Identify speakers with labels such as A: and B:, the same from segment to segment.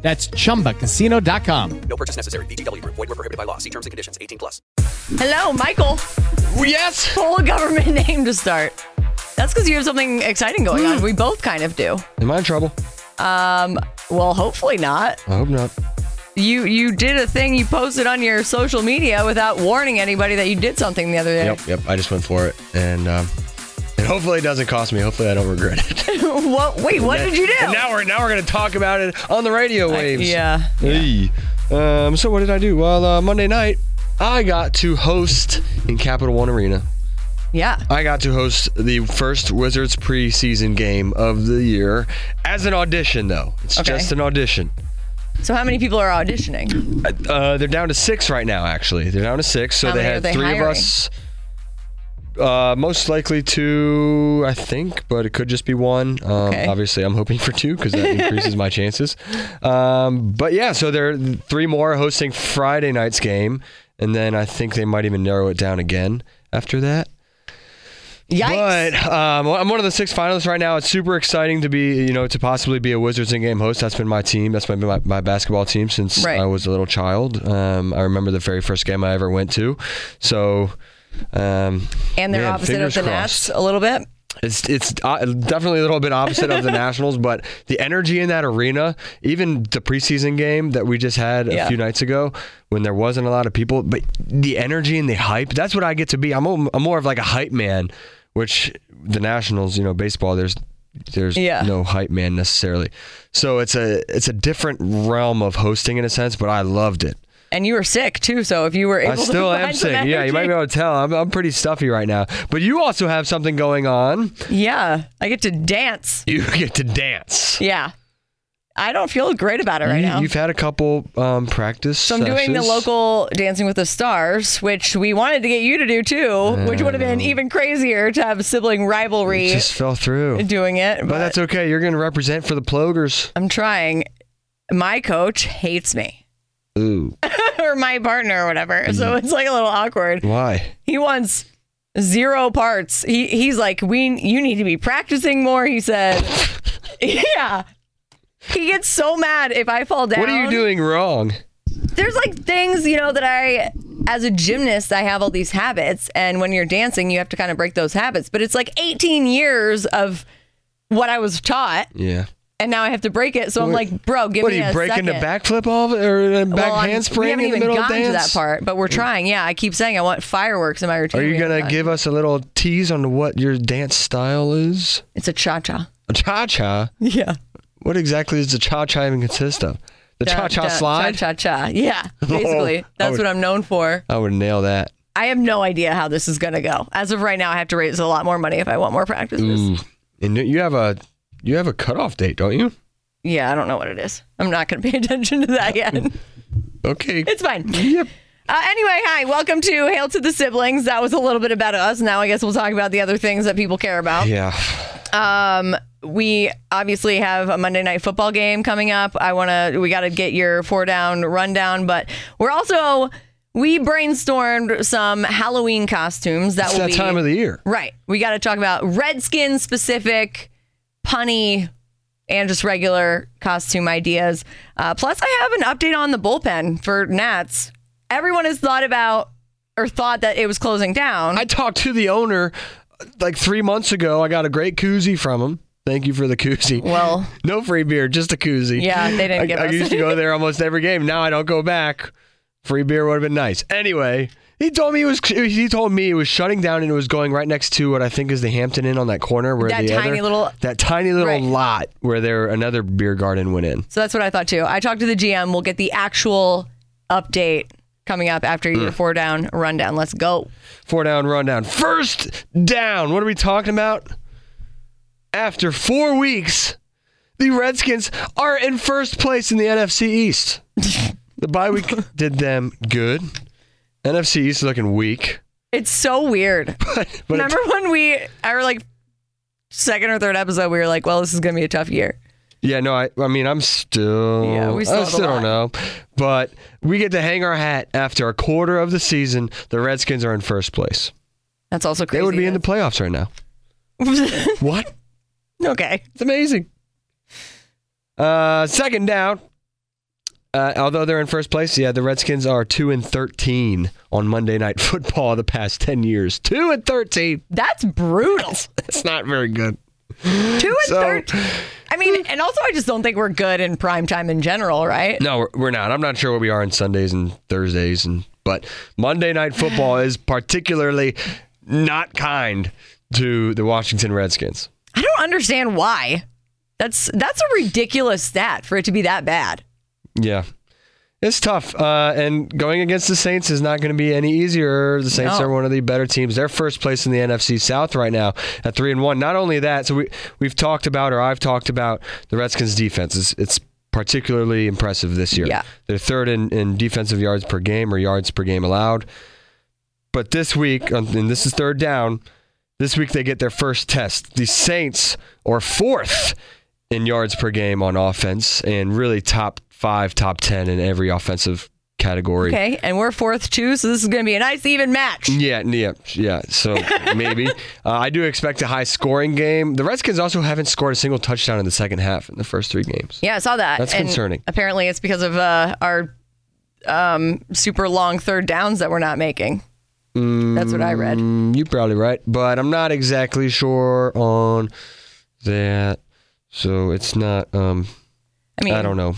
A: That's chumbacasino.com.
B: No purchase necessary. VGW Group. Void were prohibited by law. See terms and conditions. 18 plus.
C: Hello, Michael.
D: Yes.
C: Full government name to start. That's because you have something exciting going
D: Hmm.
C: on. We both kind of do. Um,
D: Am I in trouble?
C: Well, hopefully not.
D: I hope not.
C: You you did a thing you posted on your social media without warning anybody that you did something the other day.
D: Yep, yep. I just went for it, and um, and hopefully it doesn't cost me. Hopefully I don't regret it.
C: what? Wait, what did you do?
D: And now we're now we're gonna talk about it on the radio waves.
C: yeah.
D: Hey. Um. So what did I do? Well, uh, Monday night I got to host in Capital One Arena.
C: Yeah.
D: I got to host the first Wizards preseason game of the year as an audition, though. It's
C: Okay.
D: just an audition.
C: So how many people are auditioning?
D: Uh, they're down to six right now. Actually, they're down to six. So
C: How
D: they
C: many are
D: had
C: they
D: three of
C: hiring?
D: us. Uh, most likely two, I think, but it could just be one. Um,
C: Okay.
D: Obviously, I'm hoping for two because that increases my chances. Um, but yeah, so there are three more hosting Friday night's game, and then I think they might even narrow it down again after that.
C: Yikes.
D: But um, I'm one of the six finalists right now. It's super exciting to be, you know, to possibly be a Wizards in-game host. That's been my team. That's been my, my basketball team since
C: Right.
D: I was a little child. Um, I remember the very first game I ever went to. So, um,
C: and they're
D: man,
C: opposite of
D: fingers
C: the Nats
D: crossed.
C: a little bit.
D: It's it's uh, definitely a little bit opposite of the Nationals, but the energy in that arena, even the preseason game that we just had a
C: Yeah.
D: few nights ago, when there wasn't a lot of people, but the energy and the hype. That's what I get to be. I'm a, I'm more of like a hype man, which the Nationals, you know, baseball. There's there's
C: Yeah.
D: no hype man necessarily. So it's a it's a different realm of hosting in a sense, but I loved it.
C: And you were sick too, so if you were able
D: I still
C: to
D: am
C: find some
D: sick. Yeah, you might
C: energy-
D: be able to tell. I'm, I'm pretty stuffy right now. But you also have something going on.
C: Yeah. I get to dance.
D: You get to dance.
C: Yeah. I don't feel great about it right
D: you,
C: now.
D: have had a couple um, practice.
C: So I'm doing the
D: sessions.
C: local Dancing with the Stars, which we wanted to get you to do too, which would have been even crazier to have sibling rivalry
D: It just fell through, but,
C: doing it. But,
D: that's okay. You're going to represent for the Plogers.
C: I'm trying. My coach hates me.
D: Ooh,
C: or my partner or whatever. So
D: Mm-hmm.
C: it's like a little awkward.
D: why?
C: He wants zero parts. He he's like, We you need to be practicing more, he said. yeah. He gets so mad if I fall down.
D: What are you doing wrong?
C: there's like things you know that I as a gymnast I have all these habits and when you're dancing you have to kind of break those habits but it's like 18 years of what I was taught
D: Yeah.
C: and now I have to break it so I'm like bro give
D: What are
C: me
D: you
C: a second
D: breaking the backflip off or a back
C: Well, I'm- we
D: handspring
C: haven't
D: in the
C: even
D: middle of
C: gotten
D: dance?
C: to that part but we're trying yeah I keep saying I want fireworks in my routine
D: Are
C: We
D: you
C: haven't
D: gonna
C: done.
D: give us a little tease on what your dance style is?
C: it's a cha-cha
D: A cha cha.
C: yeah
D: What exactly does the cha cha even consist of? The cha cha slide. Oh,
C: cha-cha yeah basically that's
D: would-
C: what I'm known for
D: I would nail that.
C: I have no idea how this is gonna go as of right now I have to raise a lot more money if I want more practices
D: Ooh. And you have a you have a cutoff date, don't you?
C: Yeah, I don't know what it is. I'm not going to pay attention to that yet.
D: Okay.
C: it's fine.
D: Yep.
C: Uh, anyway, hi. Welcome to Hail to the Siblings. That was a little bit about us. Now I guess we'll talk about the other things that people care about.
D: Yeah.
C: We obviously have a Monday night football game coming up. I want to, we got to get your four down rundown, but we're also, we brainstormed some Halloween costumes that
D: It's
C: will
D: that
C: be.
D: time of the year.
C: Right. We got to talk about Redskin specific, punny, and just regular costume ideas. Uh, plus, I have an update on the bullpen for Nats. Everyone has thought about or thought that it was closing down.
D: I talked to the owner uh, like three months ago. I got a great koozie from him. Thank you for the koozie.
C: well,
D: no free beer, just a koozie.
C: Yeah, they didn't
D: I,
C: give
D: I
C: us-
D: used to go there almost every game. Now I don't go back. Free beer would have been nice. Anyway, he told me it was. He told me it was shutting down and it was going right next to what I think is the Hampton Inn on that corner where
C: That
D: the
C: tiny
D: other-
C: little-
D: that tiny little
C: Right.
D: lot where there another beer garden went in.
C: so that's what I thought too. I talked to the GM. We'll get the actual update coming up after
D: Mm.
C: your four down rundown. Let's go.
D: Four down, run down. First down. What are we talking about? After four weeks, the Redskins are in first place in the NFC East. the bye week did them good. NFC East is looking weak.
C: It's so weird.
D: But, but
C: Remember when we our like second or third episode, we were like, "Well, this is gonna be a tough year."
D: Yeah, no, I, I mean, I'm still,
C: Yeah, we still
D: I
C: have a
D: still don't know, but we get to hang our hat after a quarter of the season. The Redskins are in first place.
C: That's also crazy.
D: They would be in the playoffs right now. What?
C: okay.
D: It's amazing. Uh, second down. Uh, although they're in first place, yeah, the Redskins are two and thirteen on Monday Night Football the past ten years. Two and thirteen.
C: That's brutal.
D: It's not very good.
C: Two and
D: So-
C: thirteen. I mean, and also I just don't think we're good in prime time in general, right?
D: No, we're- we're not. I'm not sure where we are on Sundays and Thursdays, and but Monday Night Football is particularly not kind to the Washington Redskins.
C: I don't understand why. That's that's a ridiculous stat for it to be that bad.
D: Yeah. It's tough. Uh, and going against the Saints is not going to be any easier. The Saints
C: No.
D: are one of the better teams. They're first place in the NFC South right now at 3 and 1. Not only that, so we, we've talked about, or I've talked about, the Redskins' defense. It's, it's particularly impressive this year.
C: Yeah.
D: They're third in, in defensive yards per game or yards per game allowed. But this week, and this is third down, this week they get their first test. The Saints are fourth in yards per game on offense and really top five, top 10 in every offensive category.
C: Okay, and we're fourth too, so this is going to be a nice even match.
D: Yeah, yeah, yeah. So maybe. uh, I do expect a high scoring game. The Redskins also haven't scored a single touchdown in the second half in the first three games.
C: Yeah, I saw that.
D: That's
C: And
D: concerning.
C: Apparently, it's because of uh, our um, super long third downs that we're not making. That's what I read.
D: Mm, you're probably right, but I'm not exactly sure on that. So it's not, um,
C: I mean,
D: I don't know.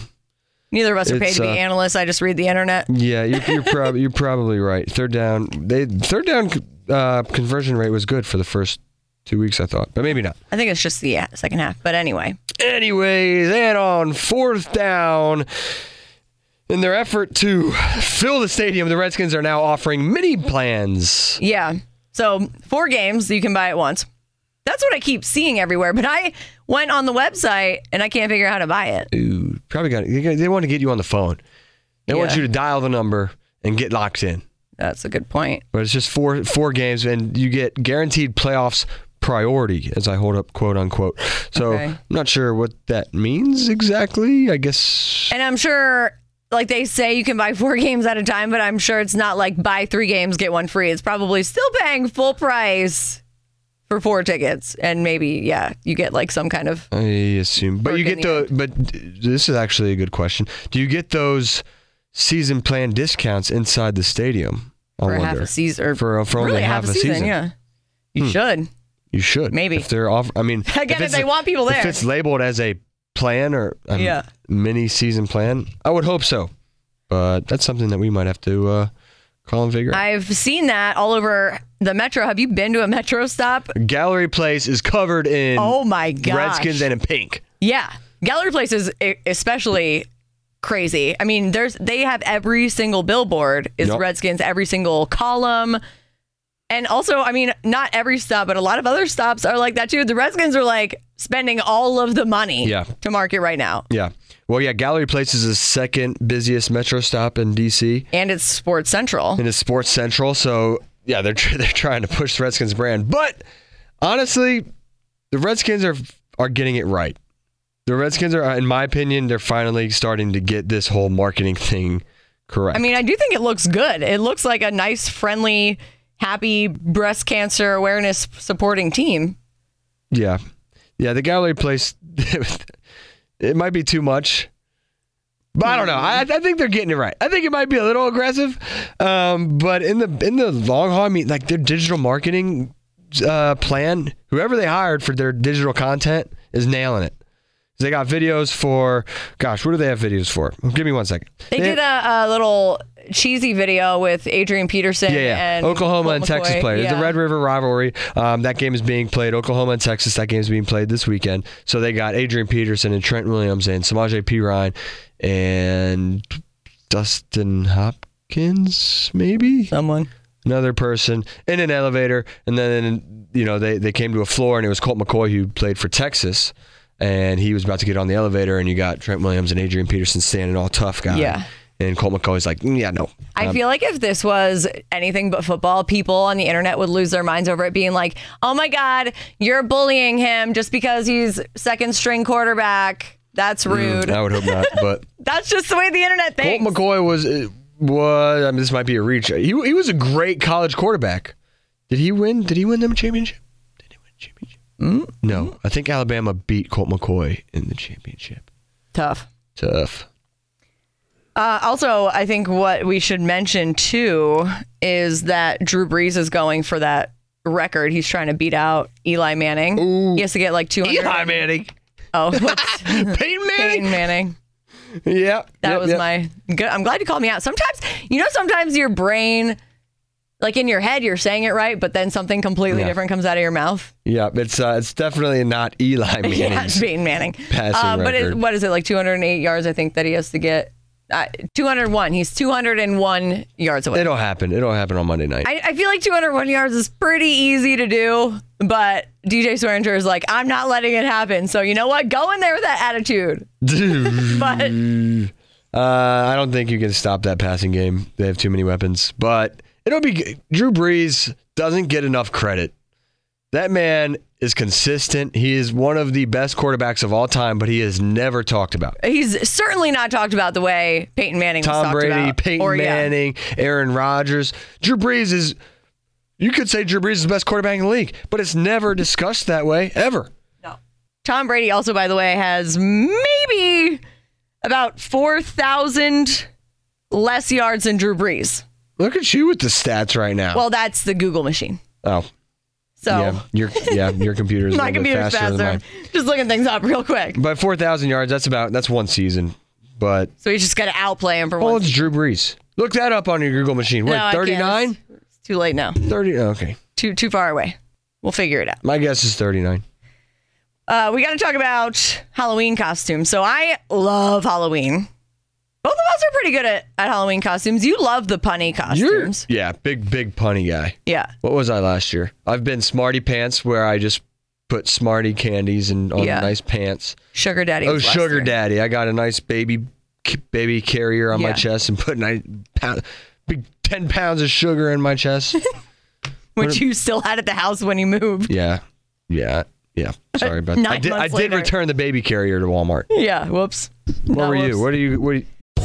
C: Neither of us are paid
D: It's,
C: to be
D: uh,
C: analysts. I just read the internet.
D: Yeah, you're, you're, prob- you're probably right. Third down, they third down uh, conversion rate was good for the first two weeks, I thought, but maybe not.
C: I think it's just the yeah, second half. But anyway,
D: Anyways, and on fourth down, in their effort to fill the stadium, the Redskins are now offering mini plans.
C: yeah. So four games you can buy at once. That's what I keep seeing everywhere. But I went on the website and I can't figure out how to buy it.
D: Ooh, probably got they got- They want to get you on the phone. They want
C: Yeah.
D: you to dial the number and get locked in.
C: That's a good point.
D: But it's just four four games, and you get guaranteed playoffs priority, as I hold up quote unquote. So
C: Okay.
D: I'm not sure what that means exactly. I guess
C: And I'm sure, like they say, you can buy four games at a time. But I'm sure it's not like buy three games get one free. It's probably still paying full price for four tickets, and maybe yeah, you get like some kind of
D: I assume, but you
C: Work
D: get
C: in
D: the. But d- this is actually a good question. Do you get those season plan discounts inside the stadium? I
C: for
D: wonder.
C: half a season or
D: For- for only
C: really
D: half a season. Hmm.
C: Yeah, you should.
D: You should
C: Maybe.
D: if they're off. I mean,
C: Again, if
D: it's-
C: they want people
D: if
C: there.
D: it's labeled as a plan or a
C: Yeah.
D: mini season plan, I would hope so. But that's something that we might have to uh, call and figure out.
C: I've seen that all over the metro. Have you been to a metro stop?
D: Gallery Place is covered in
C: Oh my god!
D: Redskins and in pink.
C: yeah, gallery place is e- especially crazy. I mean, there's they have every single billboard is
D: Yep.
C: Redskins, every single column, and also, I mean, not every stop, but a lot of other stops are like that too. The Redskins are like spending all of the money
D: Yeah.
C: to market right now,
D: Yeah. Well, yeah. Gallery Place is the second busiest metro stop in DC.
C: and it's Sports Central.
D: into Sports Central. So yeah, they're tr- they're trying to push the Redskins brand, but honestly, the Redskins are are getting it right. The Redskins are, in my opinion, they're finally starting to get this whole marketing thing correct.
C: I mean, I do think it looks good. It looks like a nice, friendly, happy breast cancer awareness supporting team.
D: yeah, yeah, the gallery place. it might be too much. But I don't know. I, I think they're getting it right. I think it might be a little aggressive, um, but in the in the long haul, I mean, like their digital marketing uh, plan, whoever they hired for their digital content is nailing it. They got videos for, gosh, what do they have videos for? Give me one second.
C: They did a, a little cheesy video with Adrian Peterson
D: Yeah, yeah.
C: and
D: Oklahoma
C: Colt
D: and Texas
C: McCoy.
D: play. It's
C: Yeah.
D: The Red River rivalry. Um, that game is being played. Oklahoma and Texas. That game is being played this weekend. So they got Adrian Peterson and Trent Williams and Samaje P. Ryan and Dustin Hopkins, maybe
C: someone.
D: another person in an elevator. And then you know they they came to a floor and it was Colt McCoy who played for Texas. And he was about to get on the elevator, and you got Trent Williams and Adrian Peterson standing all tough guy.
C: Yeah.
D: And Colt McCoy's like, "Mm, yeah, no.
C: I feel like if this was anything but football, people on the internet would lose their minds over it being like, oh my God, you're bullying him just because he's second string quarterback. That's rude.
D: I would hope not. But
C: That's just the way the internet
D: Colt
C: thinks.
D: McCoy was uh, was I mean, this might be a reach. He he was a great college quarterback. Did he win? Did he win them a championship? Did he win a championship?
C: Mm-hmm.
D: No, I think Alabama beat Colt McCoy in the championship.
C: Tough.
D: Tough.
C: Uh, also, I think what we should mention too is that Drew Brees is going for that record. He's trying to beat out Eli Manning. He has to get like 200.
D: Eli Manning.
C: Oh, what's
D: Peyton Manning.
C: Peyton Manning.
D: Yeah.
C: That
D: yep,
C: was
D: yep.
C: my good. I'm glad you called me out. Sometimes, you know, sometimes your brain, like in your head, you're saying it right, but then something completely
D: Yeah.
C: different comes out of your mouth.
D: Yeah, it's uh, it's definitely not Eli Manning.
C: Yeah, it's Peyton Manning. Um,
D: Passing
C: but it,
D: record.
C: what is it like 208 yards? I think that he has to get uh, 201. He's 201 yards away.
D: It'll happen. It'll happen on Monday night.
C: I, I feel like 201 yards is pretty easy to do, but DJ Swearinger is like, I'm not letting it happen. So you know what? Go in there with that attitude. But
D: Uh, I don't think you can stop that passing game. They have too many weapons. But it'll be g- Drew Brees doesn't get enough credit. That man is consistent. He is one of the best quarterbacks of all time, but he is never talked about.
C: he's certainly not talked about the way Peyton Manning was
D: Tom
C: talked
D: Brady,
C: about.
D: Peyton
C: Or, yeah.
D: Manning, Aaron Rodgers. Drew Brees is you could say Drew Brees is the best quarterback in the league, but it's never discussed that way ever.
C: Tom Brady also, by the way, has maybe about 4,000 less yards than Drew Brees.
D: Look at you with the stats right now.
C: Well, that's the Google machine.
D: oh,
C: So
D: yeah, your yeah, your computer is a
C: my
D: little bit
C: computer's
D: faster,
C: faster.
D: than mine.
C: Just looking things up real quick.
D: But four thousand yards, that's about that's one season. But
C: So he's just got to outplay him for
D: well,
C: one.
D: it's Drew Brees. Look that up on your Google machine. What,
C: No, I can't.
D: 39?
C: It's too late now.
D: 30 oh, okay.
C: Too too far away. We'll figure it out.
D: My guess is thirty nine.
C: Uh, we got to talk about Halloween costumes. So I love Halloween. Both of us are pretty good at, at Halloween costumes. You love the punny costumes.
D: yeah, big big punny guy.
C: yeah.
D: What was I last year? I've been Smarty Pants where I just put Smarty candies and on
C: Yeah.
D: nice pants.
C: Sugar Daddy.
D: Oh,
C: was last
D: Sugar
C: year.
D: Daddy. I got a nice baby k- baby carrier on my
C: Yeah.
D: chest and put nine pound, big 10 pounds of sugar in my chest.
C: Which you still had at the house when you moved.
D: yeah. Yeah. Yeah. Sorry about that. I
C: Nine
D: did I
C: months
D: did
C: later.
D: return the baby carrier to Walmart.
C: Yeah. Whoops.
D: What
C: Not
D: were
C: whoops.
D: you? What are you what are you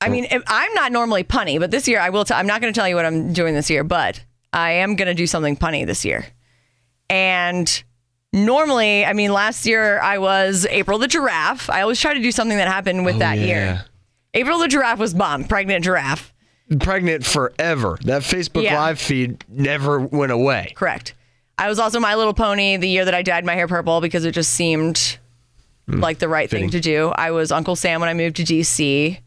C: I mean, if, I'm not normally punny, but this year I will. T- I'm not going to tell you what I'm doing this year, but I am going to do something punny this year. And normally, I mean, last year I was April the giraffe. I always try to do something that happened with that
D: Oh, yeah.
C: year. April the giraffe was bomb, pregnant giraffe.
D: pregnant forever. That Facebook
C: Yeah.
D: live feed never went away.
C: Correct. I was also My Little Pony the year that I dyed my hair purple because it just seemed
D: Mm.
C: like the right thing to do. I was Uncle Sam when I moved to DC.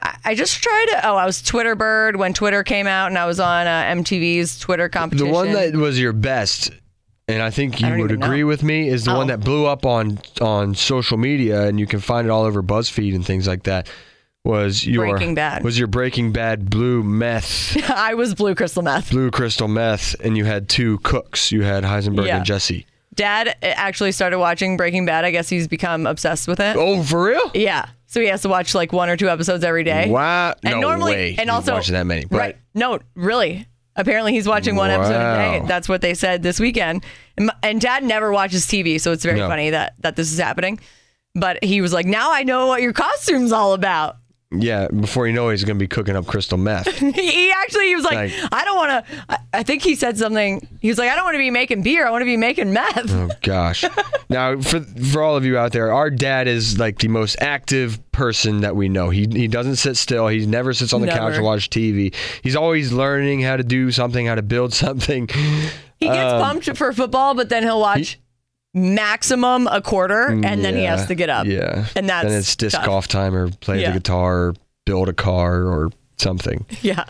C: I, I just tried to. Oh, I was Twitter Bird when Twitter came out, and I was on uh, MTV's Twitter
D: The
C: competition.
D: one that was your best, and I think you
C: don't
D: would
C: even
D: agree
C: know.
D: with me, is the one
C: Oh.
D: that blew up on on social media, and you can find it all over BuzzFeed and things like that. Was your
C: Breaking Bad.
D: Was your Breaking Bad blue meth,
C: I was Blue Crystal Meth.
D: blue crystal meth, and you had two cooks. You had Heisenberg
C: Yeah.
D: and Jesse.
C: Dad uh, actually started watching Breaking Bad. I guess he's become obsessed with it.
D: Oh, for real?
C: Yeah. So he has to watch like one or two episodes every day.
D: Wow!
C: And
D: no
C: normally,
D: way.
C: and
D: you're
C: also
D: watching that many, but
C: right? No, really. Apparently, he's watching one episode a
D: Wow.
C: day. That's what they said this weekend. And, my- and Dad never watches TV, so it's very
D: No.
C: funny that that this is happening. But he was like, "Now I know what your costume's all about."
D: yeah, before you know, it, he's gonna be cooking up crystal meth.
C: He, he actually he was like,
D: Like-
C: "I don't want to." I, I think he said something. He was like, "I don't want to be making beer. I want to be making meth."
D: Oh gosh. now for for all of you out there, our dad is like the most active person that we know. He he doesn't sit still. He never sits on the couch
C: Never.
D: and watch TV. He's always learning how to do something, how to build something.
C: He gets pumped for football, but then he'll watch maximum a quarter, and then he
D: Yeah.
C: has to get up.
D: Yeah.
C: and that's
D: then it's disc
C: tough.
D: golf time or play
C: Yeah.
D: the guitar or build a car or something.
C: Yeah,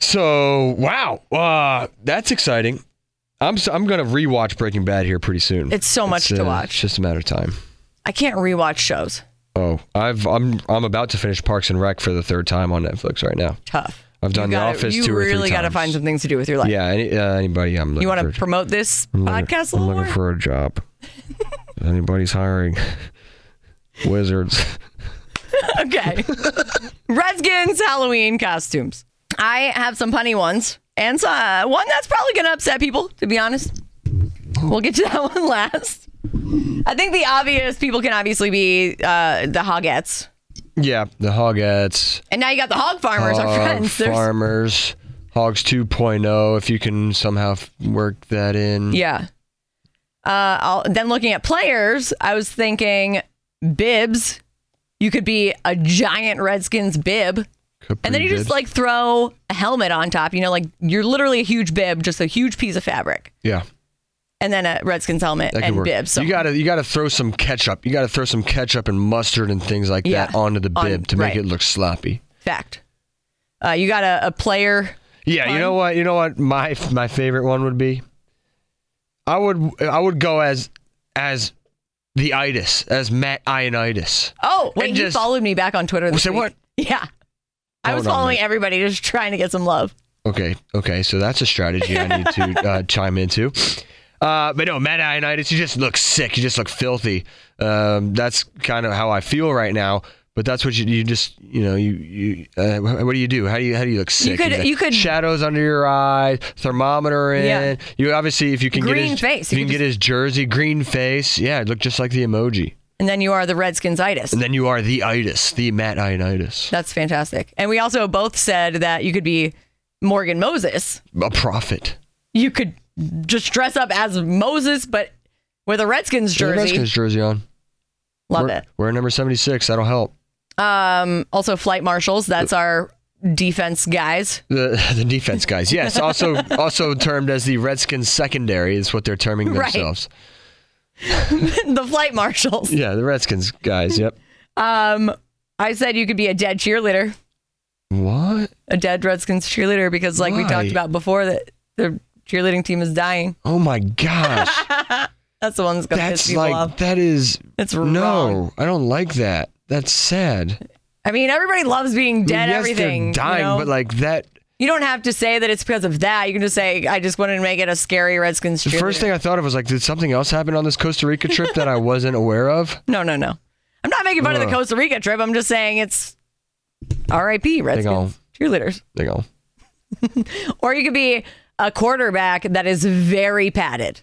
D: So wow, uh, that's exciting. I'm so, I'm gonna rewatch Breaking Bad here pretty soon.
C: It's so much to watch.
D: It's uh, just a matter of time.
C: I can't rewatch shows.
D: Oh, I've I'm I'm about to finish Parks and Rec for the third time on Netflix right now.
C: Tough.
D: I've done
C: you
D: The
C: gotta,
D: Office
C: You
D: two or three
C: really gotta
D: times.
C: find some things to do with your life.
D: Yeah, any, uh, anybody I'm looking
C: You want
D: for.
C: to promote this
D: I'm looking-
C: podcast a
D: I'm
C: little more?
D: looking for a job. if anybody's hiring, wizards.
C: Okay. Redskins Halloween costumes. I have some punny ones and so- uh, one that's probably going to upset people, to be honest. We'll get to that one last. I think the obvious people can obviously be uh, the hogettes.
D: Yeah, the Hogettes,
C: And now you got the hog farmers, our
D: hog
C: friends. There's-
D: farmers, Hogs 2.0. If you can somehow f- work that in.
C: Yeah. Uh, I'll, then looking at players, I was thinking bibs. You could be a giant Redskins bib.
D: Capri
C: And then you just
D: bibs.
C: like throw a helmet on top. You know, like you're literally a huge bib, just a huge piece of fabric,
D: yeah,
C: and then a Redskins helmet
D: that could
C: and
D: work.
C: bib. So
D: You gotta you gotta throw some ketchup. You gotta throw some ketchup and mustard and things like that
C: Yeah,
D: onto the
C: on-
D: bib to make
C: right.
D: it look sloppy.
C: fact, uh, you got a, a player.
D: Yeah, you know what? You know what? My my favorite one would be. I would I would go as as the itis as Matt Ionitis.
C: Oh wait,
D: And
C: you
D: just-
C: followed me back on Twitter. This
D: Say
C: week.
D: what?
C: Yeah, I
D: Hold
C: was
D: on a
C: following
D: minute.
C: everybody, just trying to get some love.
D: Okay, okay, so that's a strategy I need to uh, chime into. Uh, but no, Matt Ionitis, you just look sick. You just look filthy. Um, that's kind of how I feel right now. But that's what you, you just you know you you uh, wh- what do you do? How do you how do you look sick?
C: could-
D: Is it
C: you could-
D: shadows under your eyes, thermometer in.
C: Yeah.
D: You obviously if you can
C: Green
D: get his
C: face.
D: if
C: You
D: you can
C: could
D: get his jersey, green face. Yeah, look just like the emoji.
C: And then you are the Redskins itis.
D: And then you are the itis, the Matt Ionitis,
C: That's fantastic. And we also both said that you could be Morgan Moses.
D: a prophet.
C: You could just dress up as Moses, but with a Redskins
D: Get the
C: jersey.
D: Redskins jersey on.
C: Love
D: wear,
C: it.
D: Wear number seventy six. That'll help.
C: Um, also flight marshals. That's our defense guys.
D: The the defense guys, yes. Also also termed as the Redskins secondary is what they're terming
C: Right.
D: themselves.
C: the flight marshals.
D: Yeah, the Redskins guys. Yep.
C: Um, I said you could be a dead cheerleader,
D: What?
C: a dead Redskins cheerleader, because like we
D: Why?
C: talked about before, that the cheerleading team is dying.
D: Oh my gosh.
C: That's the one that's gonna piss
D: That's
C: people
D: like
C: off.
D: that is
C: It's wrong.
D: no. I don't like that. That's sad.
C: I mean, everybody loves being
D: I
C: dead.
D: mean, yes,
C: everything
D: they're dying,
C: you know?
D: but like that.
C: You don't have to say that it's because of that. You can just say, I just wanted to make it a scary Redskins
D: The
C: cheerleader.
D: first thing I thought of was like, did something else happen on this Costa Rica trip that I wasn't aware of?
C: No, no, no. I'm not making fun of the
D: Ugh.
C: Costa Rica trip. I'm just saying it's R.I.P.
D: on.
C: Redskins cheerleaders.
D: They go.
C: Or you could be a quarterback that is very padded.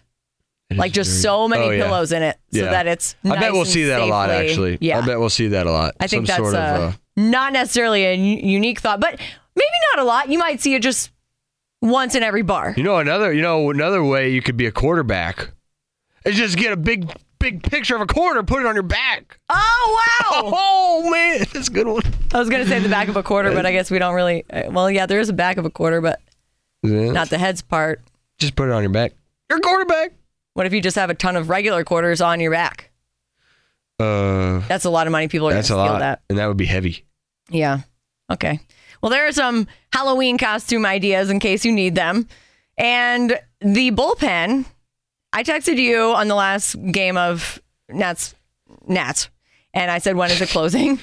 C: Like just so many
D: Oh, yeah.
C: pillows in it so
D: Yeah.
C: that it's
D: I bet
C: nice
D: we'll
C: and
D: see that a lot.
C: safely-
D: Actually,
C: Yeah.
D: I bet we'll see that a lot.
C: I think
D: Some
C: that's
D: sort
C: a,
D: of. Uh,
C: not necessarily a u- unique thought, but maybe not a lot. You might see it just once in every bar.
D: You know another you know another way you could be a quarterback is just get a big big picture of a quarter, put it on your back.
C: Oh, wow.
D: Oh man, that's a good one.
C: I was gonna say the back of a quarter, but I guess we don't really. uh, Well, yeah, there is a back of a quarter, but
D: Yeah.
C: not the heads part.
D: Just put it on your back. You're a quarterback.
C: What if you just have a ton of regular quarters on your back?
D: Uh,
C: That's a lot of money. People are
D: that's a
C: gonna steal
D: lot,
C: that.
D: and that would be heavy.
C: Yeah. Okay. Well, there are some Halloween costume ideas in case you need them, and the bullpen. I texted you on the last game of Nats, Nats, and I said, when is it closing?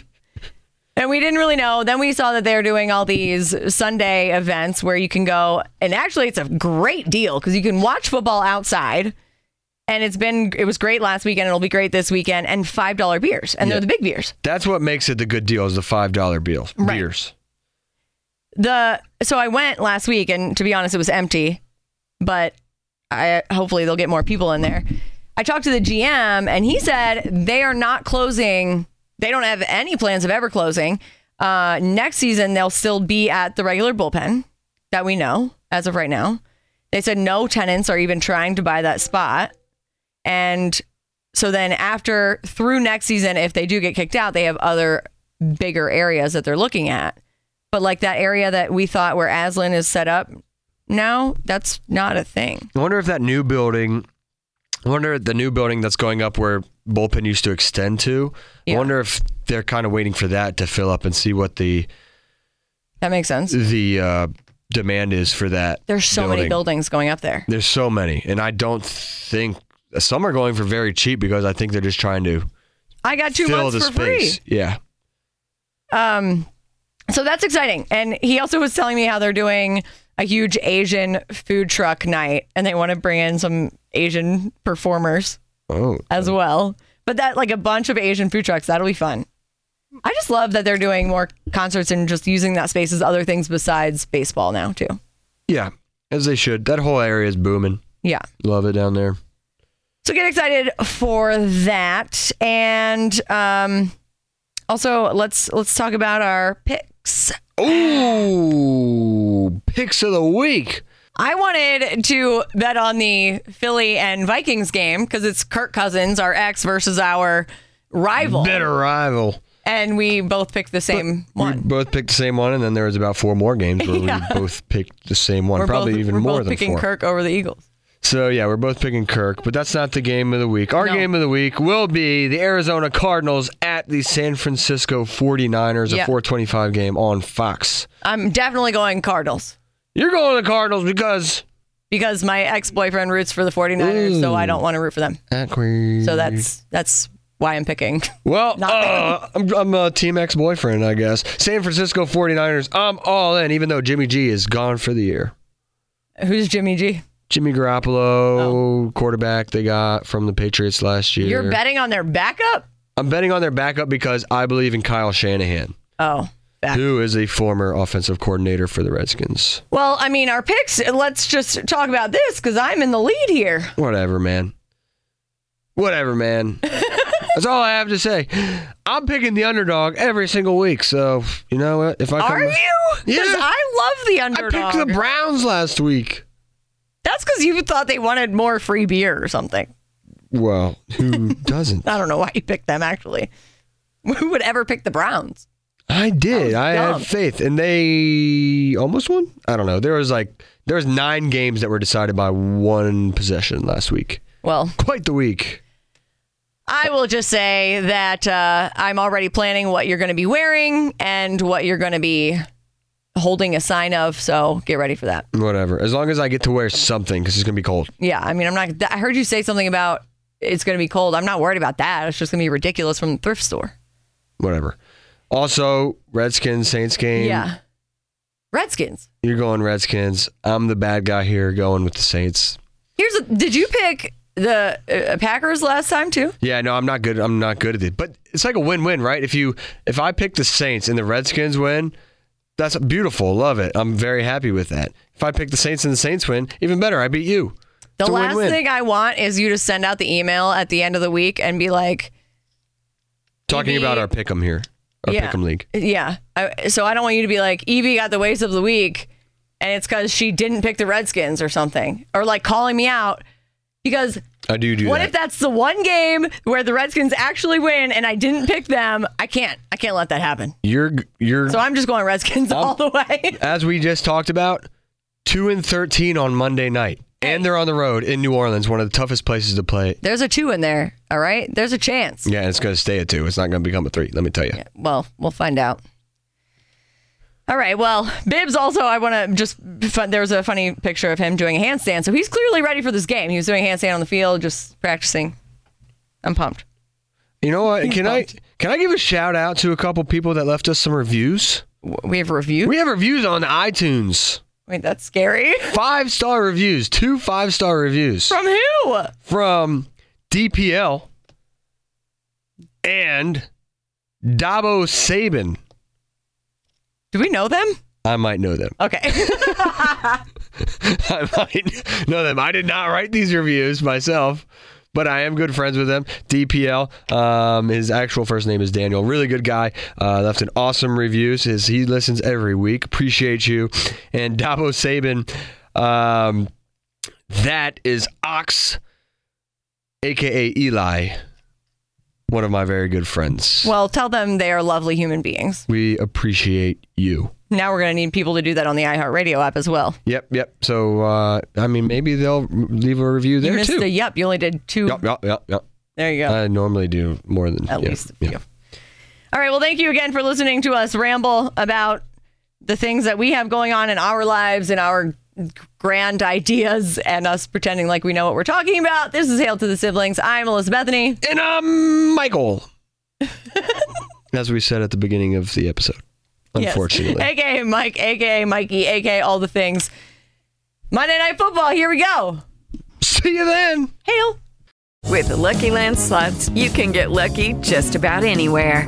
C: and we didn't really know. Then we saw that they're doing all these Sunday events where you can go, and actually, it's a great deal because you can watch football outside. And it's been, it was great last weekend. It'll be great this weekend. And $5 beers, and
D: Yeah.
C: they're the big beers.
D: That's what makes it the good deal is the five dollar beer
C: Right.
D: beers.
C: the so I went last week and to be honest it was empty but I hopefully they'll get more people in there. I talked to the GM and he said they are not closing. They don't have any plans of ever closing. Uh, next season they'll still be at the regular bullpen that we know as of right now. They said no tenants are even trying to buy that spot. And so then after through next season if they do get kicked out, they have other bigger areas that they're looking at. But like that area that we thought where Aslan is set up, now that's not a thing.
D: I wonder if that new building I wonder at the new building that's going up where bullpen used to extend to.
C: Yeah.
D: I wonder if they're kind of waiting for that to fill up and see what the
C: That makes sense.
D: the uh, demand is for that.
C: There's so many
D: building.
C: buildings going up there.
D: There's so many, and I don't think some are going for very cheap because I think they're just trying to
C: I got two
D: fill
C: months
D: the
C: for free.
D: space. Yeah,
C: Um, so that's exciting. And he also was telling me how they're doing a huge Asian food truck night, and they want to bring in some Asian performers
D: Oh.
C: as well. But that like a bunch of Asian food trucks. That'll be fun. I just love that they're doing more concerts and just using that space as other things besides baseball now too.
D: yeah, as they should. That whole area is booming.
C: Yeah.
D: Love it down there.
C: So get excited for that, and um, also let's let's talk about our picks.
D: Ooh, picks of the week.
C: I wanted to bet on the Philly and Vikings game because it's Kirk Cousins, our ex, versus our rival,
D: Bitter rival.
C: and we both picked the same
D: We
C: one.
D: both picked the same one, and then there was about four more games where we both picked the same one. Probably
C: both,
D: even
C: we're
D: more
C: both
D: than
C: picking
D: four.
C: Kirk over the Eagles.
D: So yeah, we're both picking Kirk, but that's not the game of the week. Our
C: No.
D: game of the week will be the Arizona Cardinals at the San Francisco 49ers,
C: Yeah.
D: a 425 game on Fox.
C: I'm definitely going Cardinals
D: You're going to the Cardinals because
C: because my ex boyfriend roots for the 49ers, so I don't want to root for them. So that's that's why I'm picking.
D: well,
C: Not-
D: uh, I'm, I'm a team ex-boyfriend, I guess. San Francisco 49ers, I'm all in, even though Jimmy G is gone for the year.
C: Who's Jimmy G?
D: Jimmy Garoppolo, quarterback they got from the Patriots last year.
C: Oh. You're betting on their backup?
D: I'm betting on their backup because I believe in Kyle Shanahan.
C: Oh, back.
D: who is a former offensive coordinator for the Redskins.
C: Well, I mean, our picks. Let's just talk about this because I'm in the lead here.
D: Whatever, man. Whatever, man. That's all I have to say. I'm picking the underdog every single week, so you know what? If I come,
C: Are you? Because
D: Yeah.
C: I love the
D: I
C: underdog.
D: picked the Browns last week.
C: That's because you thought they wanted more free beer or something.
D: Well, who doesn't?
C: I don't know why you picked them actually. Who would ever pick the Browns?
D: I did.
C: That was
D: I
C: dumb.
D: had faith, and they almost won. I don't know. There was like there was nine games that were decided by one possession last week.
C: Well,
D: Quite the week.
C: I will just say that uh, I'm already planning what you're going to be wearing and what you're going to be holding a sign of. So get ready for that.
D: Whatever. As long as I get to wear something, because it's gonna be cold.
C: Yeah, I mean, I'm not. I heard you say something about it's going to be cold. I'm not worried about that. It's just going to be ridiculous from the thrift store.
D: whatever. Also, Redskins Saints game.
C: Yeah. Redskins.
D: You're going Redskins. I'm the bad guy here going with the Saints.
C: Here's a, did you pick the uh, Packers last time too?
D: Yeah, no, I'm not good. I'm not good at it. But it's like a win-win, right? If you if I pick the Saints and the Redskins win, that's beautiful. Love it. I'm very happy with that. If I pick the Saints and the Saints win, even better. I beat you.
C: The
D: It's a
C: last
D: win-win.
C: thing I want is you to send out the email at the end of the week and be like,
D: Talking
C: Maybe-
D: about our pick'em here, our
C: Yeah.
D: pick'em league.
C: yeah. I, so I don't want you to be like, Evie got the waste of the week, and it's because she didn't pick the Redskins or something, or like calling me out because
D: I do do
C: what
D: that.
C: if that's the one game where the Redskins actually win and I didn't pick them? I can't. I can't let that happen.
D: you're you're
C: So I'm just going Redskins all the way.
D: as we just talked about, two and thirteen on Monday night, and they're on the road in New Orleans, one of the toughest places to play
C: There's a two in there. All right. There's a chance.
D: Yeah, and it's going to stay at two. It's not going to become a three. Let me tell you.
C: well, we'll find out. All right. Well, Bibbs also, I want to just, fun, there was a funny picture of him doing a handstand. So he's clearly ready for this game. He was doing a handstand on the field, just practicing. I'm pumped.
D: You know what? Can I
C: pumped.
D: can I give a shout out to a couple people that left us some reviews?
C: W- We have a review.
D: We have reviews on iTunes.
C: Wait, that's scary.
D: Five star reviews. Two five star reviews
C: From who?
D: from DPL and Dabo Sabin.
C: Do we know them?
D: I might know them.
C: Okay.
D: I might know them. I did not write these reviews myself, but I am good friends with them. DPL, um, his actual first name is Daniel. Really good guy. Uh, left an awesome review. Says he listens every week. Appreciate you. And Dabo Sabin, um, that is Ox, aka Eli. one of my very good friends.
C: Well, tell them they are lovely human beings.
D: we appreciate you.
C: Now we're going to need people to do that on the iHeartRadio app as well.
D: Yep, yep. So, uh, I mean, maybe they'll leave a review
C: You
D: there
C: missed
D: too.
C: a yep. You only did two.
D: Yep, yep, yep, yep.
C: There you go.
D: I normally do more than
C: At
D: yeah,
C: least a
D: yeah.
C: few. All right. Well, thank you again for listening to us ramble about the things that we have going on in our lives and our grand ideas and us pretending like we know what we're talking about. This is Hail to the Siblings. I'm Melissa Bethany.
D: And um, Michael, as we said at the beginning of the episode, unfortunately.
C: Yes. AKA Mike, AKA Mikey, AKA all the things. Monday Night Football. Here we go.
D: See you then.
C: Hail.
E: With the Lucky Land slots, you can get lucky just about anywhere.